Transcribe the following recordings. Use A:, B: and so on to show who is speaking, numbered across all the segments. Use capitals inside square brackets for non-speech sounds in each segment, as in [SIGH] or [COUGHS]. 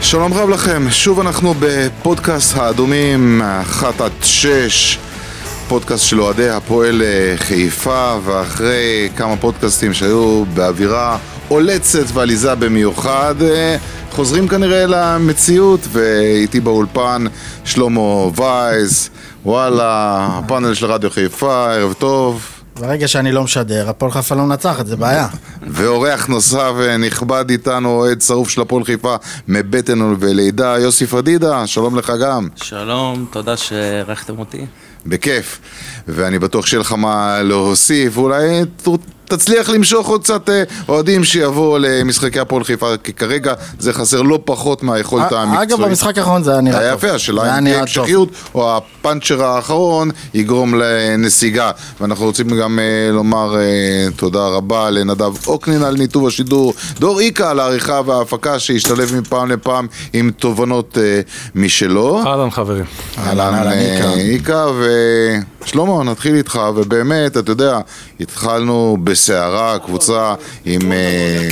A: שלום רב לכם, שוב אנחנו בפודקאסט האדומים, אחת עד שש, פודקאסט של אוהדי הפועל אה, חיפה, ואחרי כמה פודקאסטים שהיו באווירה אולצת ועליזה במיוחד, אה, חוזרים כנראה למציאות, ואיתי באולפן שלמה וייס, וואלה, הפאנל של רדיו חיפה, ערב טוב.
B: ברגע שאני לא משדר, הפועל חיפה לא מנצחת, זה בעיה.
A: ואורח נוסף אה, נכבד איתנו, אוהד שרוף של הפועל חיפה, מבטן ולידה, יוסי פדידה, שלום לך גם,
C: שלום, תודה שאירחתם אותי.
A: בכיף. ואני בטוח שיהיה לך מה להוסיף, אולי ת- תצליח למשוך עוד קצת אה, אוהדים שיבואו למשחקי הפועל חיפה, כי כרגע זה חסר לא פחות מהיכולת המקצועית.
B: אה, אגב, במשחק האחרון זה היה נראה טוב.
A: היה יפה, השאלה
B: זה היה
A: אם תהיה
B: נראה טוב.
A: המשכיות או הפאנצ'ר האחרון יגרום לנסיגה. ואנחנו רוצים גם אה, לומר אה, תודה רבה לנדב אוקנין על ניתוב השידור, דור איקה על העריכה וההפקה שהשתלב מפעם לפעם עם תובנות אה, משלו.
D: אהלן חברים.
A: אהלן
B: אהלן,
A: אה, איקה ושלמה, נתחיל איתך, ובאמת, אתה יודע, התחלנו בסערה, קבוצה עם אה,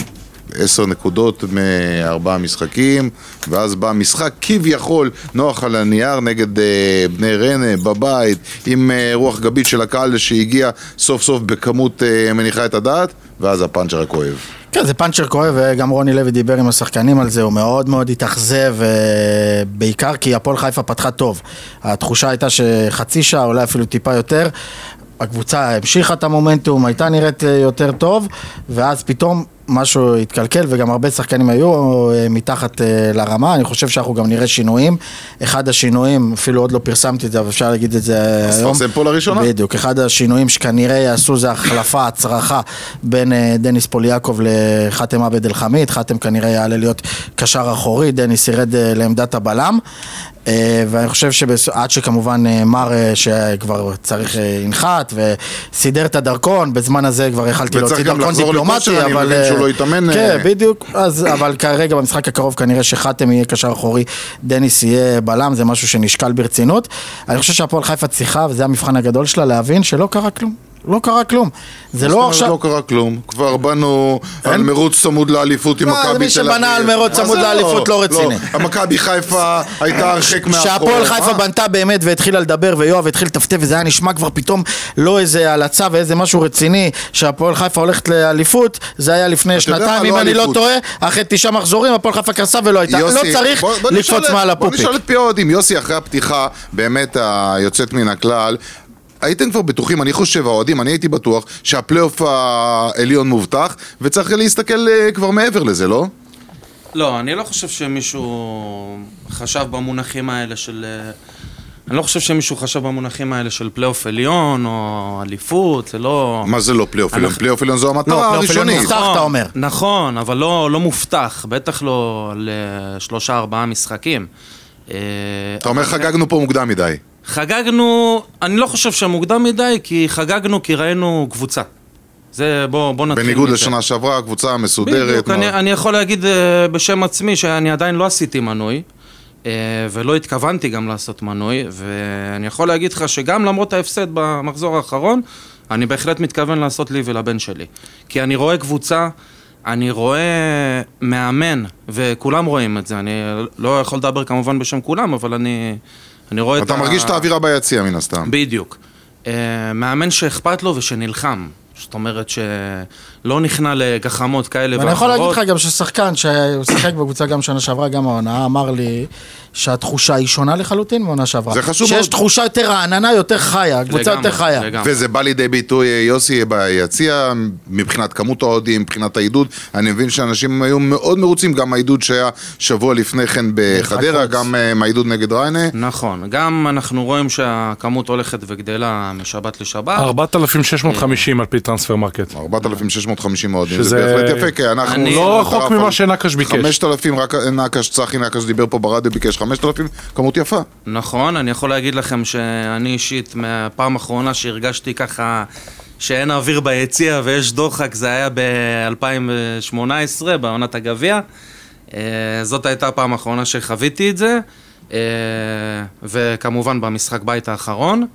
A: עשר נקודות מארבעה משחקים, ואז בא משחק כביכול נוח על הנייר נגד אה, בני ריינה בבית, עם אה, רוח גבית של הקהל שהגיע סוף סוף בכמות אה, מניחה את הדעת, ואז הפאנצ'ר הכואב.
B: כן, זה פאנצ'ר כואב, וגם רוני לוי דיבר עם השחקנים על זה, הוא מאוד מאוד התאכזב, אה, בעיקר כי הפועל חיפה פתחה טוב. התחושה הייתה שחצי שעה, אולי אפילו טיפה יותר, הקבוצה המשיכה את המומנטום, הייתה נראית אה, יותר טוב, ואז פתאום משהו התקלקל, וגם הרבה שחקנים היו אה, מתחת אה, לרמה, אני חושב שאנחנו גם נראה שינויים. אחד השינויים, אפילו עוד לא פרסמתי את זה, אבל אפשר להגיד את זה אה,
A: אז
B: היום.
A: תפרסם פה לראשונה.
B: בדיוק, אחד השינויים שכנראה יעשו זה החלפה, הצרחה בין אה, דניס פוליאקוב לחאתם עבד אל חמיד, חאתם כנראה יעלה להיות קשר אחורי, דניס ירד אה, לעמדת הבלם. אה, ואני חושב שעד שכמובן אה, מר אה, שכבר צריך אה, ינחת וסידר את הדרכון, בזמן הזה כבר יכלתי
A: וצריך
B: להוציא
A: גם
B: דרכון
A: לחזור
B: דיפלומטי,
A: לכושר, אני
B: אבל...
A: מבין
B: אה,
A: שהוא לא התאמן,
B: כן,
A: אה,
B: בדיוק, אז, אבל כרגע במשחק הקרוב כנראה שחתם יהיה קשר אחורי, דניס יהיה בלם, זה משהו שנשקל ברצינות. אני חושב שהפועל חיפה צריכה, וזה המבחן הגדול שלה, להבין שלא קרה כלום. לא קרה כלום. זה
A: זאת
B: לא
A: אומרת,
B: עכשיו...
A: לא קרה כלום, כבר בנו על מרוץ צמוד לאליפות עם
B: לא,
A: מכבי תל
B: אז
A: אביב.
B: מי שבנה על מרוץ
A: מה זה
B: צמוד
A: לא?
B: לאליפות לא רציני. אה,
A: המכבי חיפה הייתה הרחק מאחור. אה?
B: שהפועל חיפה
A: מה?
B: בנתה באמת והתחילה לדבר ויואב התחיל לטפטף וזה היה נשמע כבר פתאום לא איזה הלצה ואיזה משהו רציני שהפועל חיפה הולכת לאליפות זה היה לפני
A: יודע מה,
B: שנתיים
A: לא
B: אם אני לא
A: אליפות.
B: טועה אחרי תשעה מחזורים הפועל חיפה קרסה ולא הייתה לא
A: יוסי,
B: צריך
A: בוא- בוא
B: לקפוץ
A: נשאל-
B: מעל
A: בוא
B: הפופיק
A: נשאל את פי האוהדים. יוסי, אחרי הפתיחה, באמת היוצאת מן הכלל. הייתם כבר בטוחים, אני חושב, האוהדים, אני הייתי בטוח שהפלייאוף העליון מובטח, וצריך להסתכל אה, כבר מעבר לזה, לא?
B: אוקיי.
C: לא, אני לא חושב שמישהו חשב במונחים האלה של... אה, אני לא חושב שמישהו חשב במונחים האלה של פלייאוף עליון או אליפות, זה לא...
A: מה זה לא פלייאוף עליון?
C: אנחנו-
A: פלייאוף עליון זו
B: לא,
A: המטרה
B: פלייאוף עליון
A: הראשונית.
B: מובטח, אתה אומר.
C: נכון, אבל לא, לא מובטח, בטח לא לשלושה-ארבעה משחקים. אה,
A: אתה אומר חגגנו פה מוקדם מדי.
C: חגגנו, אני לא חושב שמוקדם מדי, כי חגגנו כי ראינו קבוצה. זה, בוא, בוא נתחיל
A: בניגוד
C: מזה.
A: לשנה שעברה, הקבוצה המסודרת.
C: בדיוק, אני,
A: מה-
C: אני יכול להגיד אה, בשם עצמי שאני עדיין לא עשיתי מנוי, אה, ולא התכוונתי גם לעשות מנוי, ואני יכול להגיד לך שגם למרות ההפסד במחזור האחרון, אני בהחלט מתכוון לעשות לי ולבן שלי. כי אני רואה קבוצה, אני רואה מאמן, וכולם רואים את זה, אני לא יכול לדבר כמובן בשם כולם, אבל אני, אני רואה את
A: אתה מרגיש את האווירה ביציע מן הסתם.
C: לא בדיוק. אה, מאמן שאכפת לו ושנלחם. זאת אומרת שלא נכנע לגחמות כאלה
B: ואני יכול להגיד לך גם ששחקן שהוא שיחק בקבוצה גם שנה שעברה, גם העונה, אמר לי שהתחושה היא שונה לחלוטין מעונה שעברה.
A: זה חשוב
B: שיש
A: מאוד.
B: תחושה יותר רעננה, יותר חיה, הקבוצה
C: לגמרי,
B: יותר חיה.
C: לגמרי.
A: וזה בא לידי ביטוי, אה, יוסי, ביציע, מבחינת כמות האוהדים, מבחינת העידוד. אני מבין שאנשים היו מאוד מרוצים, גם העידוד שהיה שבוע לפני כן בחדרה,
B: בחוץ.
A: גם אה, מהעידוד נגד ריינה.
C: נכון, גם אנחנו רואים שהכמות הולכת וגדלה משבת
B: אה.
C: לשבת.
D: 4,650 על פי טרנספר מרקט.
A: 4,650 אוהדים, זה
D: שזה-
A: בהחלט יפה, כי אנחנו...
C: אני-
D: לא
A: אנחנו
D: רחוק
A: טרפנו.
D: ממה שנקש ביקש.
A: 5,000, רק נקש, צחי נקש דיבר פה ברדיו, ביקש 5,000, כמות יפה.
C: נכון, אני יכול להגיד לכם שאני אישית, מהפעם האחרונה שהרגשתי ככה שאין אוויר ביציע ויש דוחק, זה היה ב-2018, בעונת הגביע. אה, זאת הייתה הפעם האחרונה שחוויתי את זה, אה, וכמובן במשחק בית האחרון.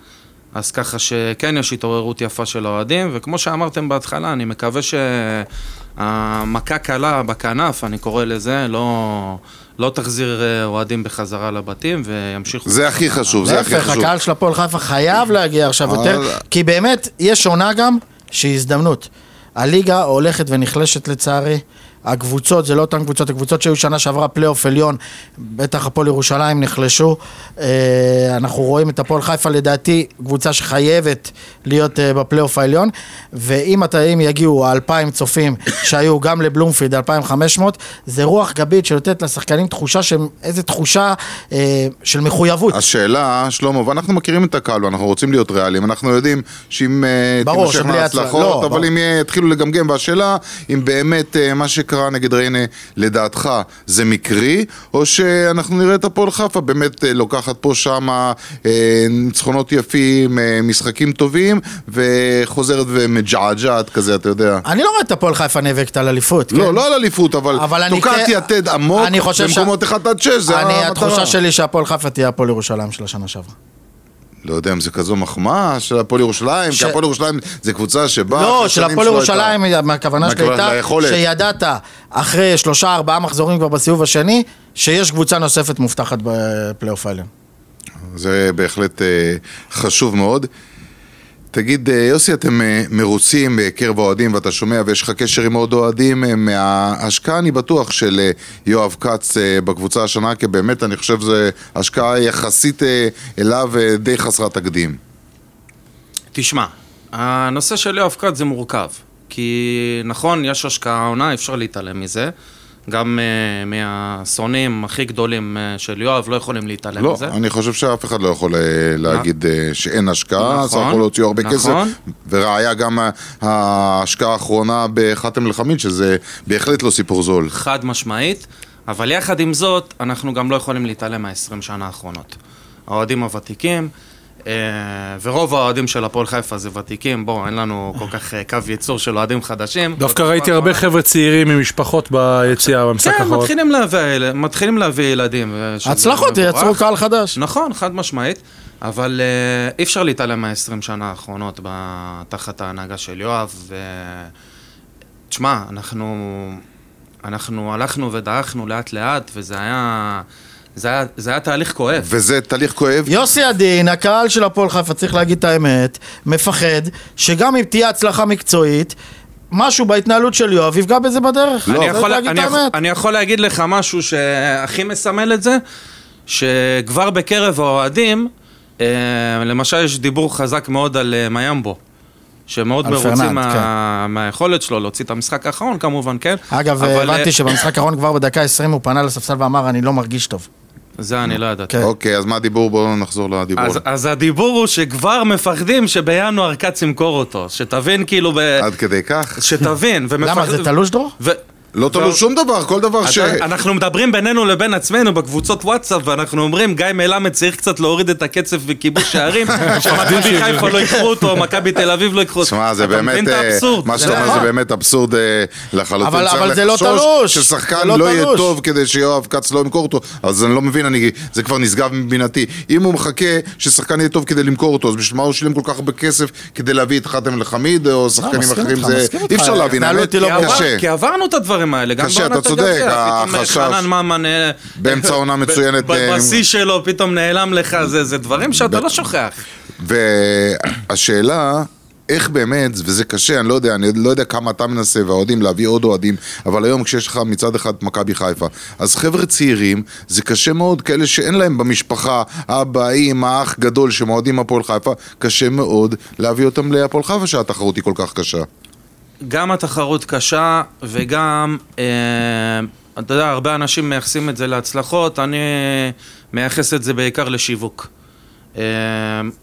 C: אז ככה שכן יש התעוררות יפה של האוהדים, וכמו שאמרתם בהתחלה, אני מקווה שהמכה קלה בכנף, אני קורא לזה, לא, לא תחזיר אה, אוהדים בחזרה לבתים וימשיכו.
A: זה הכי חשוב, זה הכי
B: להפך,
A: חשוב. אה, לא.
B: הקהל של הפועל חיפה חייב להגיע עכשיו
A: אבל-
B: יותר, כי באמת, יש עונה גם שהיא הזדמנות. הליגה הולכת ונחלשת לצערי. הקבוצות, זה לא אותן קבוצות, הקבוצות שהיו שנה שעברה פלייאוף עליון, בטח הפועל ירושלים נחלשו. אה, אנחנו רואים את הפועל חיפה לדעתי, קבוצה שחייבת להיות אה, בפלייאוף העליון. ואם אתה, אם יגיעו האלפיים צופים שהיו גם לבלומפילד, 2,500, זה רוח גבית שנותנת לשחקנים תחושה שהם, איזה תחושה אה, של מחויבות.
A: השאלה, שלמה, ואנחנו מכירים את הקהל ואנחנו רוצים להיות ריאליים, אנחנו יודעים שאם אה,
B: ברור,
A: תימשכנה
B: שבלי הצלחה,
A: ההצלחות,
B: לא,
A: אבל
B: ברור.
A: אם אה, יתחילו לגמגם, והשאלה אם באמת אה, מה שקרה נגד ריינה, לדעתך, זה מקרי, או שאנחנו נראה את הפועל חיפה באמת אה, לוקחת פה שמה אה, ניצחונות יפים, אה, משחקים טובים, וחוזרת ומג'עג'עת כזה, אתה יודע.
B: אני לא רואה את הפועל חיפה נאבקת על אליפות.
A: לא, לא על אליפות,
B: כן. אבל
A: אבל
B: אני
A: תוקעת
B: כן-
A: יתד עמוק
B: אני חושב ש-
A: במקומות 1 עד 6, זה
B: אני,
A: המטרה.
B: התחושה שלי שהפועל חיפה תהיה הפועל ירושלים של השנה שעברה.
A: לא יודע אם זה כזו מחמאה של הפועל ירושלים,
B: ש-
A: כי הפועל ירושלים זה קבוצה שבאה...
B: לא,
A: אחרי
B: של
A: שנים
B: הפועל
A: שלא
B: ירושלים,
A: הייתה.
B: הכוונה שלי
A: מהכוונה
B: הייתה,
A: ליכולת.
B: שידעת אחרי שלושה ארבעה מחזורים כבר בסיבוב השני, שיש קבוצה נוספת מובטחת בפלייאוף העליון.
A: זה בהחלט אה, חשוב מאוד. תגיד, אה, יוסי, אתם אה, מרוצים בקרב האוהדים, ואתה שומע, ויש לך קשר עם עוד אוהדים אה, מההשקעה, אני בטוח, של אה, יואב כץ אה, בקבוצה השנה, כי באמת, אני חושב שזו השקעה יחסית אה, אליו אה, די חסרת תקדים.
C: תשמע, הנושא של יואב כץ זה מורכב. כי נכון, יש השקעה עונה, אי אפשר להתעלם מזה. גם uh, מהשונאים הכי גדולים uh, של יואב לא יכולים להתעלם
A: לא,
C: מזה.
A: אני חושב שאף אחד לא יכול אה, להגיד אה, שאין השקעה,
C: נכון,
A: סך הכל הוציאו הרבה
C: נכון.
A: כסף, וראיה גם ה- ההשקעה האחרונה בחתם לחמיד, שזה בהחלט לא סיפור זול.
C: חד משמעית, אבל יחד עם זאת, אנחנו גם לא יכולים להתעלם מה-20 שנה האחרונות. האוהדים הוותיקים, אה, ורוב האוהדים של הפועל חיפה זה ותיקים, בואו, אין לנו כל כך אה, קו ייצור של אוהדים חדשים.
D: דווקא
C: בתקופה
D: ראיתי הרבה
C: האחרונה-
D: חבר'ה צעירים עם משפחות ביציאה במשחק
C: כן,
D: האחרון.
C: מתחילים להביא, אל- מתחילים להביא ילדים. ושזה
B: הצלחות,
C: מבורך.
B: יצרו קהל חדש.
C: נכון, חד משמעית, אבל אה, אי אפשר להתעלם מה-20 שנה האחרונות ב- תחת ההנהגה של יואב. ו... תשמע, אנחנו, אנחנו הלכנו ודעכנו לאט לאט, וזה היה, זה היה, זה היה תהליך כואב.
A: וזה תהליך כואב.
B: יוסי עדין, הקהל של הפועל חיפה, צריך להגיד את האמת, מפחד שגם אם תהיה הצלחה מקצועית, משהו בהתנהלות של יואב יפגע בזה בדרך.
C: לא. אני,
B: צריך
C: יכול,
B: להגיד
C: אני,
B: לא, את
C: יכול,
B: האמת.
C: אני יכול להגיד לך משהו שהכי מסמל את זה, שכבר בקרב האוהדים, אה, למשל יש דיבור חזק מאוד על אה, מיאמבו, שמאוד
B: על
C: מרוצים
B: פרננד, כן.
C: מה, מהיכולת שלו להוציא את המשחק האחרון כמובן, כן?
B: אגב,
C: אבל,
B: הבנתי
C: אה,
B: שבמשחק האחרון כבר בדקה 20 הוא פנה לספסל ואמר, אני לא מרגיש טוב.
C: זה אני לא ידעתי.
B: כן.
A: אוקיי, אז מה הדיבור? בואו נחזור לדיבור.
C: אז, אז הדיבור הוא שכבר מפחדים שבינואר כץ ימכור אותו, שתבין כאילו, ב...
A: עד כדי כך?
C: שתבין.
B: [LAUGHS]
C: ומפח...
B: למה, זה תלוש דרור?
C: ו...
A: לא תלוי שום דבר, כל דבר ש...
C: אתה- אנחנו מדברים בינינו לבין עצמנו בקבוצות וואטסאפ, ואנחנו אומרים, גיא מלמד צריך קצת להוריד את הקצב בכיבוש
A: [LAUGHS]
C: שערים, שמכבי חיפה לא ייקחו אותו, מכבי תל אביב לא ייקחו אותו.
A: תשמע, זה
C: אתה מבין
A: באמת,
C: את
A: אה,
C: האבסורד?
A: מה
C: זה
A: שאתה אומר
C: נכון.
A: זה באמת אבסורד אה, לחלוטין.
B: אבל-
A: צריך
B: אבל זה לא
A: לחשוש
B: תלוש. זה
A: ששחקן
B: לא
A: לא יהיה
B: תלוש.
A: טוב כדי שיואב כץ לא ימכור אותו, אז אני לא מבין, אני- זה כבר נשגב מבינתי. אם הוא מחכה ששחקן יהיה טוב כדי למכור אותו, אז בשביל מה הוא שילם כל כך הרבה כסף כדי להביא את חתם לחמיד או שחקנים
B: לא, מסכים
A: אחרים?
B: איתך,
A: זה
B: מסכים
A: אי
B: איתך.
A: אפשר להבין, האמת,
B: ההתנהלות היא לא
C: כי עבר-
A: קשה.
C: כי עברנו את הדברים האלה, גם
A: קשה,
C: בעונת
A: אתה צודק,
C: הגביע, פתאום
A: החשש.
C: חנן ממן... אה,
A: באמצע עונה
C: ב-
A: מצוינת,
C: ב-
A: אה,
C: בשיא שלו פתאום נעלם לך, זה זה דברים שאתה לא שוכח.
A: והשאלה, איך באמת, וזה קשה, אני לא יודע, אני לא יודע כמה אתה מנסה, והאוהדים, להביא עוד אוהדים, אבל היום כשיש לך מצד אחד את מכבי חיפה, אז חבר'ה צעירים, זה קשה מאוד, כאלה שאין להם במשפחה, אבא, אימא, אח גדול שמאוהדים הפועל חיפה, קשה מאוד להביא אותם להפועל חיפה שהתחרות היא כל כך קשה.
C: גם התחרות קשה, וגם, אה, אתה יודע, הרבה אנשים מייחסים את זה להצלחות, אני מייחס את זה בעיקר לשיווק. אה,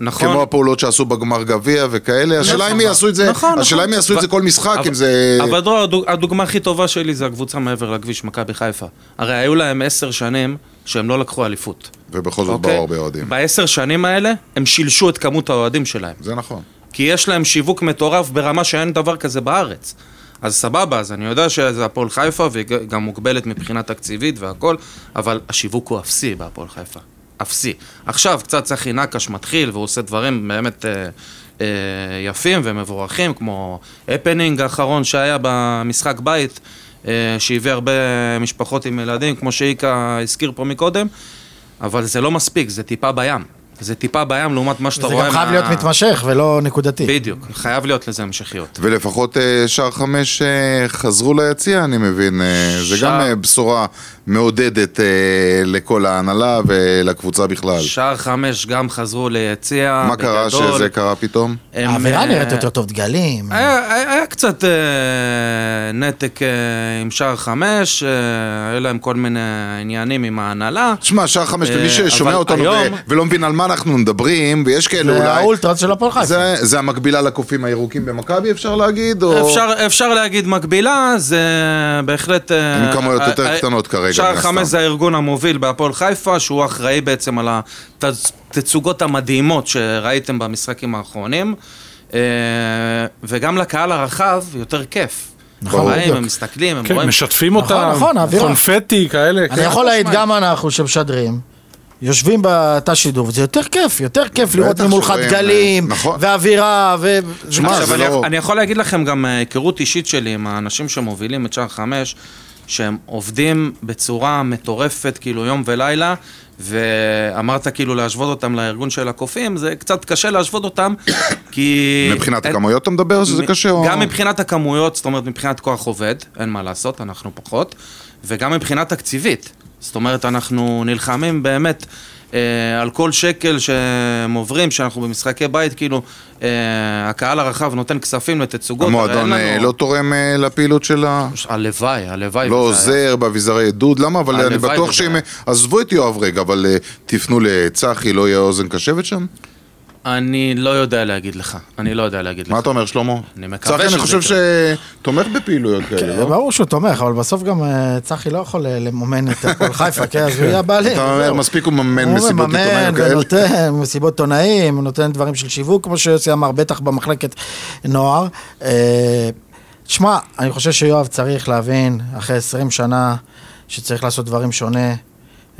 C: נכון.
A: כמו הפעולות שעשו בגמר גביע וכאלה, השאלה אם יעשו את זה,
C: נכון,
A: השאלה
C: נכון.
A: אם יעשו את זה
C: ו-
A: כל משחק,
C: אבל-
A: אם זה...
C: אבל דרור, הדוג- הדוגמה הכי טובה שלי זה הקבוצה מעבר לכביש, מכבי חיפה. הרי היו להם עשר שנים שהם לא לקחו אליפות.
A: ובכל זאת
C: אוקיי?
A: באו הרבה אוהדים.
C: בעשר שנים האלה, הם שילשו את כמות האוהדים שלהם.
A: זה נכון.
C: כי יש להם שיווק מטורף ברמה שאין דבר כזה בארץ. אז סבבה, אז אני יודע שזה הפועל חיפה, והיא ג- גם מוגבלת מבחינה תקציבית והכל, אבל השיווק הוא אפסי בהפועל חיפה. אפסי. עכשיו קצת צחי נקש מתחיל, והוא עושה דברים באמת אה, אה, יפים ומבורכים, כמו הפנינג האחרון שהיה במשחק בית. אה, שהביא הרבה משפחות עם ילדים, כמו שאיקה הזכיר פה מקודם, אבל זה לא מספיק, זה טיפה בים. זה טיפה בים לעומת מה שאתה
B: זה
C: רואה.
B: גם חייב
C: מה-
B: להיות מתמשך ולא נקודתי.
C: בדיוק, חייב להיות לזה המשכיות.
A: ולפחות אה, שער חמש אה, חזרו ליציע, אני מבין. אה, זה
C: שער-
A: גם אה, בשורה מעודדת אה, לכל ההנהלה ולקבוצה בכלל.
C: שער חמש גם חזרו ליציע,
A: מה קרה
C: בגדול.
A: שזה קרה פתאום?
C: הם,
B: האווירה
C: אה,
B: נראית יותר טוב, דגלים.
A: אה,
C: היה, היה, היה קצת אה, נתק אה, עם שער חמש, אה, היו להם כל מיני עניינים עם ההנהלה.
A: תשמע, שער חמש,
C: אה,
A: למי ששומע
C: אבל
A: אותנו
C: היום-
A: ו- ולא מבין על מה אנחנו מדברים, ויש כאלה
B: זה
A: אולי...
B: האולטרס של הפועל חיפה.
A: זה- זה המקבילה לקופים הירוקים במכבי, אפשר להגיד? או-
C: אפשר, אפשר להגיד מקבילה, זה בהחלט... אה,
A: עם כמויות
C: אה,
A: יותר
C: אה,
A: קטנות כרגע,
C: שער
A: מן
C: חמש
A: הסתם.
C: זה הארגון המוביל בהפועל חיפה, שהוא אחראי בעצם על התצוגות המדהימות שראיתם במשחקים האחרונים. אה, וגם לקהל הרחב יותר כיף.
B: נכון,
C: הם באים,
B: בדיוק.
C: הם מסתכלים, הם
D: כן,
C: רואים...
D: משתפים
B: נכון,
D: אותם,
B: נכון, האווירה.
D: קונפטי כאלה.
B: אני
D: כן.
B: יכול להעיד
C: משמעית.
B: גם אנחנו שמשדרים. יושבים בתא שידור, זה יותר כיף, יותר כיף לראות
A: בטח
B: ממולך
A: שרואים,
B: דגלים,
A: אה, נכון.
B: ואווירה, ו...
A: שמע,
B: עכשיו,
A: זה
C: עכשיו, אני,
A: לא-
C: אני יכול להגיד לכם גם אה, היכרות אישית שלי עם האנשים שמובילים את שער חמש, שהם עובדים בצורה מטורפת, כאילו יום ולילה, ואמרת כאילו להשוות אותם לארגון של הקופים, זה קצת קשה להשוות אותם, [COUGHS] כי...
A: מבחינת
C: אין-
A: הכמויות אתה מדבר לא, שזה
C: מ-
A: קשה? או-
C: גם מבחינת הכמויות, זאת אומרת, מבחינת כוח עובד, אין מה לעשות, אנחנו פחות, וגם מבחינה תקציבית. זאת אומרת, אנחנו נלחמים באמת אה, על כל שקל שהם עוברים, שאנחנו במשחקי בית, כאילו, אה, הקהל הרחב נותן כספים לתצוגות. הרי אין
A: המועדון
C: לנו-
A: אה, לא תורם אה, לפעילות שלה?
C: הלוואי, הלוואי.
A: לא
C: וזה היה.
A: עוזר באביזרי עדוד, למה? אבל אני
C: הלוואי
A: בטוח
C: וזה
A: שאם...
C: היה.
A: עזבו את יואב רגע, אבל אה, תפנו לצחי, לא יהיה אוזן קשבת שם?
C: אני לא יודע להגיד לך, אני לא יודע להגיד
A: מה
C: לך.
A: אתה אומר, שלמה?
C: אני מקווה
A: צחי,
C: שזה
A: אני חושב
C: יקרה.
A: שתומך בפעילויות כאלה, לא?
B: ברור שהוא תומך, כן, אבל בסוף גם אה, צחי לא יכול אה, לממן את הפועל חיפה, כן, אז הוא יהיה הבעלים.
A: אתה אומר,
B: זהו.
A: מספיק הוא מממן
B: הוא
A: מסיבות
B: מממן לא
A: עיתונאים כאלה.
B: ונותן מסיבות עיתונאים, הוא נותן דברים של שיווק, כמו שיוסי אמר, בטח במחלקת נוער. אה, שמע, אני חושב שיואב צריך להבין, אחרי 20 שנה, שצריך לעשות דברים שונה.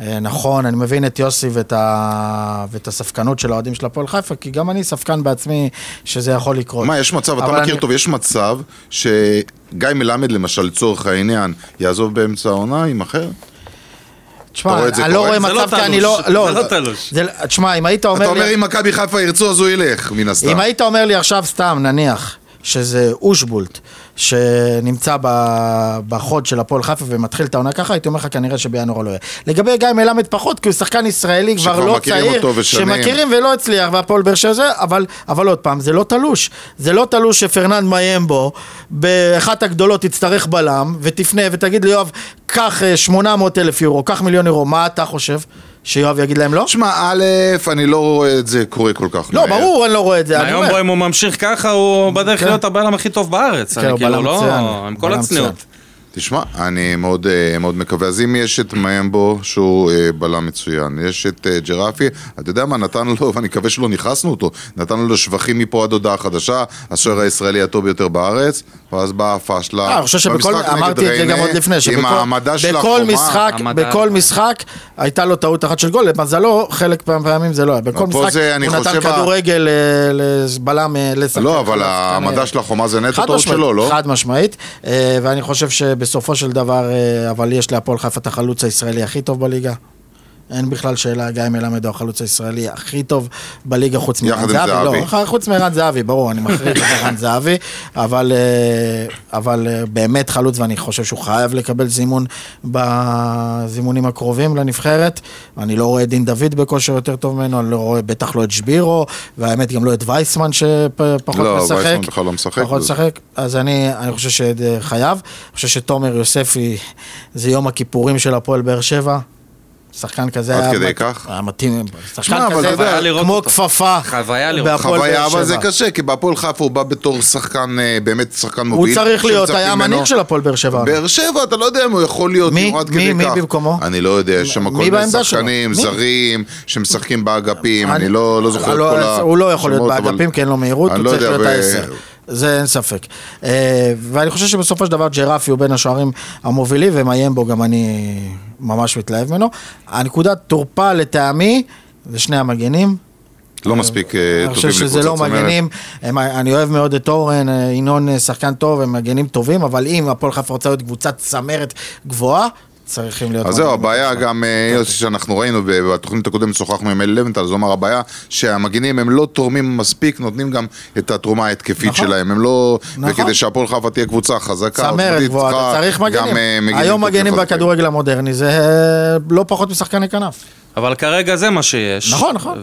B: אה, נכון, אני מבין את יוסי ואת, ה... ואת הספקנות של האוהדים של הפועל חיפה, כי גם אני ספקן בעצמי שזה יכול לקרות.
A: מה, יש מצב,
B: אבל
A: אתה מכיר
B: אני-
A: טוב, יש מצב שגיא מלמד למשל, לצורך העניין, יעזוב באמצע העונה עם אחר? אתה
B: תשמע,
A: רואה את זה
B: אני לא
A: קורה?
B: רואה
C: זה לא
B: מצב, כי
C: תלוש,
B: אני לא...
C: זה לא תלוש.
B: זה- תשמע, אם היית אומר
A: אתה
B: לי...
A: אומר, אם מכבי חיפה ירצו, אז הוא ילך, מן הסתם.
B: אם היית אומר לי עכשיו סתם, נניח, שזה אושבולט, שנמצא ב- בחוד של הפועל חיפה ומתחיל את העונה ככה, הייתי אומר לך כנראה שבינואר לא יהיה. לגבי גיא מלמד פחות, כי הוא שחקן ישראלי כבר
A: שכבר
B: לא
A: מכירים
B: צעיר,
A: אותו ושנים.
B: שמכירים ולא הצליח, והפועל באר שבע זה, אבל, אבל עוד פעם, זה לא תלוש. זה לא תלוש שפרננד מיימבו, באחת הגדולות תצטרך בלם, ותפנה ותגיד ליואב, קח אה, 800 אלף יורו, קח מיליון יורו, מה אתה חושב? שיואב יגיד להם לא?
A: תשמע, א', אני לא רואה את זה קורה כל כך
B: לא,
A: מהר.
B: ברור, אני לא רואה את זה. אני
C: היום
B: אומר.
C: בו אם הוא ממשיך ככה, הוא בדרך
B: כן.
C: להיות הבעלם הכי טוב בארץ.
B: כן,
C: אני
B: הוא
C: כאילו
B: בלם
C: לא,
B: מצוין.
C: עם כל
B: בלם
C: הצניעות.
B: מצוין.
A: תשמע, אני מאוד, אה, מאוד מקווה. אז אם יש את מיימבו, שהוא אה, בלם מצוין, יש את אה, ג'רפי, אתה יודע מה, נתן לו, [LAUGHS] ואני מקווה שלא נכנסנו אותו, נתן לו שבחים מפה עד הודעה חדשה, השוער הישראלי הטוב ביותר בארץ, ואז באה הפאשלה.
B: אה, אני חושב שבכל,
A: במשחק נגד
B: אמרתי את זה
A: ריינה,
B: גם עוד לפני,
A: עם העמדה של
B: בכל
A: החומה,
B: משחק,
C: העמדה
B: בכל
C: לחומה.
B: משחק הייתה לו טעות אחת של גול, למזלו, חלק מהפעמים זה לא היה, בכל
A: אבל פה
B: משחק
A: זה, אני
B: הוא נתן
A: חושב ה-
B: כדורגל אה, לבלם, אה, לשחקן.
A: לא, אבל
B: לשחקן,
A: העמדה
B: אה,
A: של החומה זה נטו
B: חד
A: טעות
B: משמעית,
A: שלו, לא?
B: חד משמעית, אה, ואני חושב שבסופו של דבר, אה, אבל יש להפועל חיפה את החלוץ הישראלי הכי טוב בליגה. אין בכלל שאלה, גיא מלמד הוא החלוץ הישראלי הכי טוב בליגה חוץ
A: יחד
B: מערן
A: עם
B: זהבי.
A: זהבי.
B: לא, אח- חוץ מערן זהבי, ברור, אני מחריג את
A: [LAUGHS]
B: ערן זהבי, אבל, אה, אבל אה, באמת חלוץ, ואני חושב שהוא חייב לקבל זימון בזימונים הקרובים לנבחרת. אני לא רואה את דין דוד בכושר יותר טוב ממנו, אני לא רואה בטח לא את שבירו, והאמת גם לא את וייסמן שפחות
A: לא,
B: משחק.
A: וייסמן בכלל לא משחק.
B: פחות
A: זה-
B: משחק, אז אני, אני חושב שחייב. אני חושב שתומר יוספי זה יום הכיפורים של הפועל באר שבע. שחקן כזה
A: עד
B: היה...
A: כדי
B: מת-
A: כך?
B: היה מתאים. אה,
A: שמע,
B: שחקן
A: אבל אתה
B: כזה
A: יודע,
B: היה
C: לראות
B: כמו
C: אותו.
B: כפפה.
C: חוויה לראות.
B: בהפועל
A: חוויה,
B: באר
A: אבל
B: שבע.
A: זה קשה, כי בהפועל חיפה הוא בא בתור שחקן אה, באמת שחקן
B: הוא
A: מוביל.
B: צריך להיות,
A: שמצפים
B: היה
A: ממנו-
B: המנהיג של הפועל באר שבע.
A: באר שבע, אתה לא יודע אם הוא יכול להיות,
B: מי?
A: אם עד
B: מי?
A: כדי
B: מי
A: כך.
B: במקומו?
A: אני לא יודע, יש שם
B: מי
A: כל מיני
B: בעמדה
A: שחקנים,
B: שלו? מי?
A: זרים, שמשחקים באגפים,
B: אני-
A: אני לא לא זוכר את
B: לא,
A: כל ה...
B: הוא לא יכול להיות
A: שמות, אבל-
B: באגפים, כי אין לו מהירות,
A: אני
B: הוא
A: לא
B: צריך
A: יודע,
B: להיות
A: ו-
B: העשר. זה אין ספק. אה, ואני חושב שבסופו של דבר ג'רפי הוא בין השוערים המובילים, ומאיים בו גם אני ממש מתלהב ממנו. הנקודת תורפה לטעמי, זה שני המגנים.
A: לא מספיק אה, טובים
B: אני חושב שזה
A: לקבוצת
B: לא
A: צמרת.
B: מגנים, הם, אני אוהב מאוד את אורן, אה, ינון אה, שחקן טוב, הם מגנים טובים, אבל אם הפועל חיפה רוצה להיות קבוצת צמרת גבוהה, צריכים להיות...
A: אז זהו,
B: מגנים.
A: הבעיה גם, אה,
B: כן.
A: יוסי, שאנחנו ראינו ב- בתוכנית הקודמת, שוחחנו עם אלי לבנטל, אז הוא אמר, הבעיה שהמגינים הם לא תורמים מספיק, נותנים גם את התרומה ההתקפית
B: נכון.
A: שלהם, הם לא...
B: נכון.
A: וכדי שהפועל חיפה תהיה קבוצה חזקה,
B: צמרת
A: עוצמתית,
B: גבוהה, אתה
A: צריכה
B: צריך
A: גם,
B: מגנים.
A: אה, טובים
B: היום מגנים
A: חזקים.
B: בכדורגל המודרני זה אה, לא פחות משחקני כנף.
C: אבל כרגע זה מה שיש.
B: נכון, נכון.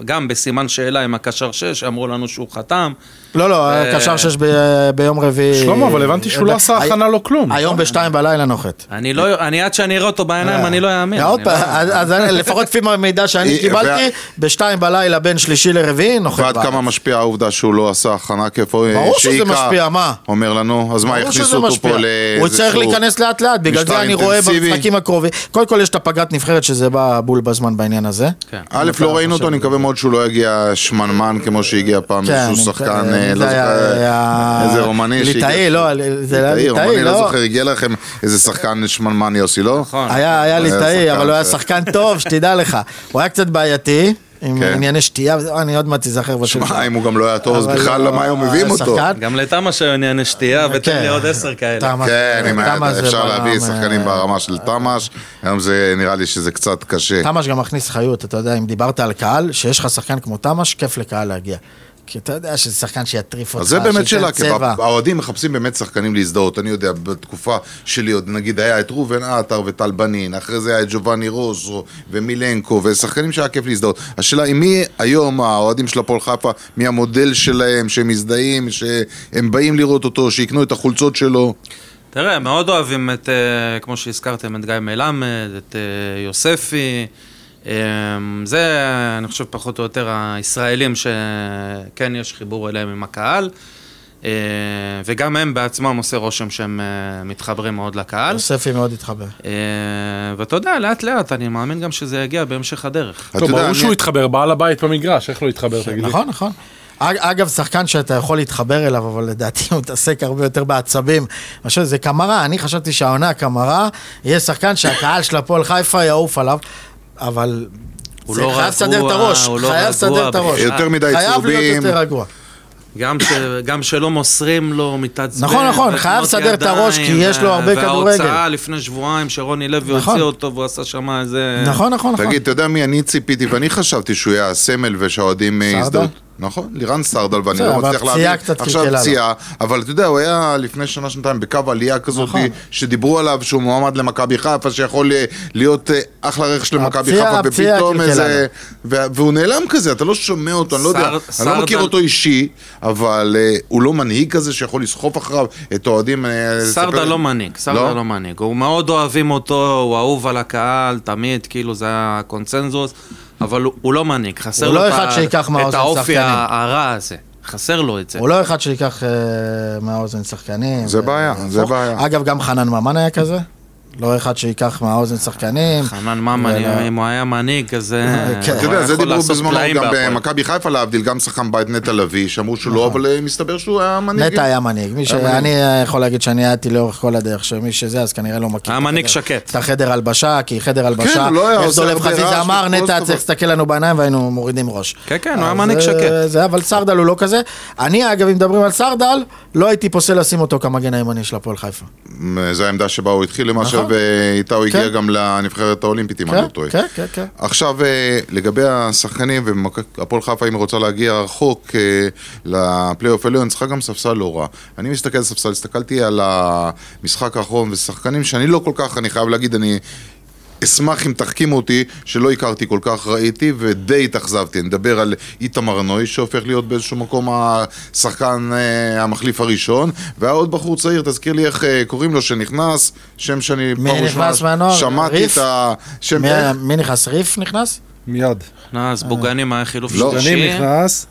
C: וגם בסימן שאלה עם הקשר 6, אמרו לנו שהוא חתם.
B: לא, לא,
C: אה,
B: קשר שש ב- ביום רביעי.
D: שלמה, אבל הבנתי שהוא לא עשה
B: הי-
D: הכנה לו כלום.
B: היום בשתיים בלילה נוחת.
C: אני לא, אני עד שאני אראה אותו בעיניים, אני לא אאמין.
B: אה, עוד
C: אני לא
B: פעם,
C: אאמין.
B: אז- אז אני- לפחות לפי המידע שאני
A: היא-
B: קיבלתי, בשתיים בלילה בין שלישי לרביעי נוחת.
A: ועד
B: בארץ.
A: כמה משפיעה העובדה שהוא לא עשה הכנה כאיפה
B: ברור שזה משפיע, מה?
A: אומר לנו, אז מה,
B: ברור שזה
A: הכניסו אותו
B: משפיע.
A: פה
B: הוא
A: לאיזשהו...
B: צריך להיכנס לאט לאט, בגלל
A: משטר
B: זה אני רואה
A: אינטנסיבי.
B: במשחקים הקרובים. קודם כל יש את הפגרת נבחרת שזה בא בול בזמן בעניין הזה.
C: כן.
A: א', לא ראינו אותו, אני מקווה מאוד שהוא לא יגיע שמנמן כמו שהגיע פעם,
B: כן,
A: איזשהו
B: אני-
A: שחקן,
B: אה,
A: אה,
B: זה
A: לא זוכר,
B: היה-
A: איזה רומני שהגיע.
B: ליטאי, לא, זה היה
A: ליטאי, רומני,
B: ליטאי,
A: לא
B: לא.
A: זוכר, הגיע לכם איזה שחקן שמנמן יוסי, לא?
C: נכון.
B: היה, היה ליטאי,
A: שחקן
B: אבל הוא היה
A: ש-
B: שחקן טוב, שתדע לך. הוא היה קצת בעייתי, עם
A: כן.
B: ענייני שתייה, וזה- אני עוד מעט אזכר בשם שלו.
A: מה, אם הוא גם לא היה טוב, אז
B: אבל
A: בכלל,
B: לא,
A: למה היו מביאים אותו?
B: השחקן-
C: גם לתמ"ש היו ענייני שתייה,
B: אה,
C: ותן לי עוד עשר כאלה.
B: תמה-
A: כן, אם היה-
B: תמה כן. אה, זה אה,
A: אפשר
B: ברמה-
A: להביא שחקנים ברמה של תמ"ש, היום זה נראה לי שזה קצת קשה.
B: תמ"ש גם מכניס חיות, אתה יודע, אם דיברת על קהל, שיש לך שחקן כמו תמ"ש, כיף לקהל להגיע. כי אתה יודע שזה שחקן שיטריף אותך,
A: אז זה באמת שאלה, כי
B: צבע.
A: האוהדים מחפשים באמת שחקנים להזדהות. אני יודע, בתקופה שלי עוד נגיד היה את ראובן עטר וטל בנין, אחרי זה היה את ג'ובאני רוסו ומילנקו, ושחקנים שהיה כיף להזדהות. השאלה היא מי היום האוהדים של הפועל חיפה, מי המודל שלהם, שהם מזדהים, שהם באים לראות אותו, שיקנו את החולצות שלו.
C: תראה, מאוד אוהבים את, אה, כמו שהזכרתם, את גיא מלמד, את אה, יוספי. אה, זה, אני חושב, פחות או יותר הישראלים שכן יש חיבור אליהם עם הקהל. אה, וגם הם בעצמם עושה רושם שהם אה, מתחברים מאוד לקהל.
B: יוספי מאוד התחבר.
C: אה, ואתה יודע, לאט לאט, אני מאמין גם שזה יגיע בהמשך הדרך.
A: אתה
D: טוב,
A: יודע,
D: ברור
A: אני-
D: שהוא התחבר, בעל הבית במגרש, איך לא התחבר, תגיד לי?
B: נכון, נכון. אג- אגב, שחקן שאתה יכול להתחבר אליו, אבל לדעתי הוא מתעסק הרבה יותר בעצבים. אני חושב, זה קמרה, אני חשבתי שהעונה קמרה, יהיה שחקן שהקהל של הפועל חיפה יעוף עליו, אבל...
C: הוא
B: זה
C: לא
B: חייב
C: רגוע,
B: לסדר את הראש,
C: הוא לא
B: חייב
C: רגוע
B: לסדר את הראש.
C: בכלל.
A: יותר מדי
B: חייב להיות
A: צהובים.
B: יותר רגוע.
C: גם, ש... [COUGHS] גם שלא מוסרים לו, הוא מתעצבן.
B: נכון, נכון, חייב
C: ותנועות
B: לסדר את הראש, כי
C: ידיים, אה,
B: יש לו הרבה
C: וההוצאה
B: כדורגל.
C: לפני שבועיים שרוני לוי
B: נכון.
C: הוציא אותו והוא עשה שם איזה...
B: נכון, נכון, נכון.
A: תגיד, אתה יודע מי אני ציפיתי, ואני חשבתי שהוא יהיה הסמל ושהאוהדים אה,
B: סרדל?
A: יזדהו. נכון, לירן סרדל, ואני
B: בסדר,
A: לא
B: אבל
A: מצליח
B: הפציעה
A: להבין,
B: קצת
A: עכשיו
B: קלקלה לו.
A: פציעה, אבל אתה יודע, הוא היה לפני שנה, שנתיים בקו עלייה כזאת,
B: נכון.
A: שדיברו עליו שהוא מועמד למכבי חיפה, שיכול אה, להיות אה, אחלה רכש למכבי
B: הפציעה-
A: חיפה,
B: הפציעה
A: ופתאום
B: קלקלה
A: איזה... וה- והוא נעלם כזה, אתה לא שומע אותו, אני לא יודע,
C: שר-
A: אני לא מכיר
C: סרדל-
A: אותו אישי, אבל אה, הוא לא מנהיג כזה שיכול לסחוף אחריו את האוהדים. אה,
C: סרדה
A: לספר-
C: לא מנהיג, סרדה
A: לא?
C: לא מנהיג. הוא מאוד אוהבים אותו, הוא אהוב על הקהל, תמיד, כאילו זה הקונצנזוס, אבל הוא- הוא לא מנהיג, חסר
B: הוא
C: לו
B: לא
C: את ה-
B: אחד שייקח
C: את
B: מהאוזן
C: האופי
B: שחקנים.
C: הרע הזה. חסר לו את זה.
B: הוא לא אחד שייקח אה, מהאוזן שחקנים.
A: זה
B: ו-
A: בעיה, זה
B: והפוך.
A: בעיה.
B: אגב, גם חנן ממן היה כזה. לא אחד שייקח מהאוזן שחקנים.
C: חנן ממן,
B: ולא-
C: אם הוא היה מנהיג, אז...
B: אה, לא- כן.
A: אתה יודע, זה דיברו בזמנו גם במכבי חיפה להבדיל, גם שחקן בית נטע לביא, שאמרו שהוא לא, אבל אה, מסתבר שהוא היה מנהיג.
B: נטע היה מנהיג. מי ש-
A: היה
B: אני יכול להגיד שאני הייתי לאורך כל הדרך, שמי שזה, אז כנראה לא מכיר.
C: היה
B: את
C: מנהיג
B: החדר-
C: שקט.
B: את החדר הלבשה, כי חדר הלבשה,
A: הוא לא היה
B: איך
A: עושה
B: דולב
A: הרבה
B: חזיזה
A: רעש
B: אמר,
A: וכל
B: נטע
A: דבר.
B: צריך להסתכל לנו בעיניים והיינו מורידים ראש.
C: כן, כן, הוא היה
B: אז,
C: מנהיג
B: אה,
C: שקט.
B: זה, אבל סרדל הוא לא כזה. אני, אגב, אם מדברים על סרדל, לא הייתי פוסל לשים אותו כמגן הימני של הפועל חיפה.
A: מ- זו העמדה שבה הוא התחיל למעשה,
B: נכון.
A: ואיתה הוא הגיע
B: כן.
A: גם לנבחרת האולימפית, אם אני
B: כן,
A: לא טועה.
B: כן, כן, כן.
A: עכשיו, אה, לגבי השחקנים, והפועל חיפה, אם היא רוצה להגיע רחוק אה, לפלייאוף העליון, צריכה גם ספסל לא רע. אני מסתכל על ספסל, הסתכלתי על המשחק האחרון, ושחקנים שאני לא כל כך, אני חייב להגיד, אני... אשמח אם תחכימו אותי, שלא הכרתי כל כך, ראיתי ודי התאכזבתי. נדבר על איתמר נוי, שהופך להיות באיזשהו מקום השחקן אה, המחליף הראשון, והיה עוד בחור צעיר, תזכיר לי איך אה, קוראים לו, שנכנס, שם שאני פעם
B: מי
A: ראשונה
B: נכנס מהנוער?
A: שמעתי
B: ריף?
A: את אה, השם,
B: מי-
A: איך?
B: מי נכנס? ריף נכנס?
E: מיד.
C: אז בוגנים היה חילוף
A: לא.
C: שלישי.
E: אני נכנס,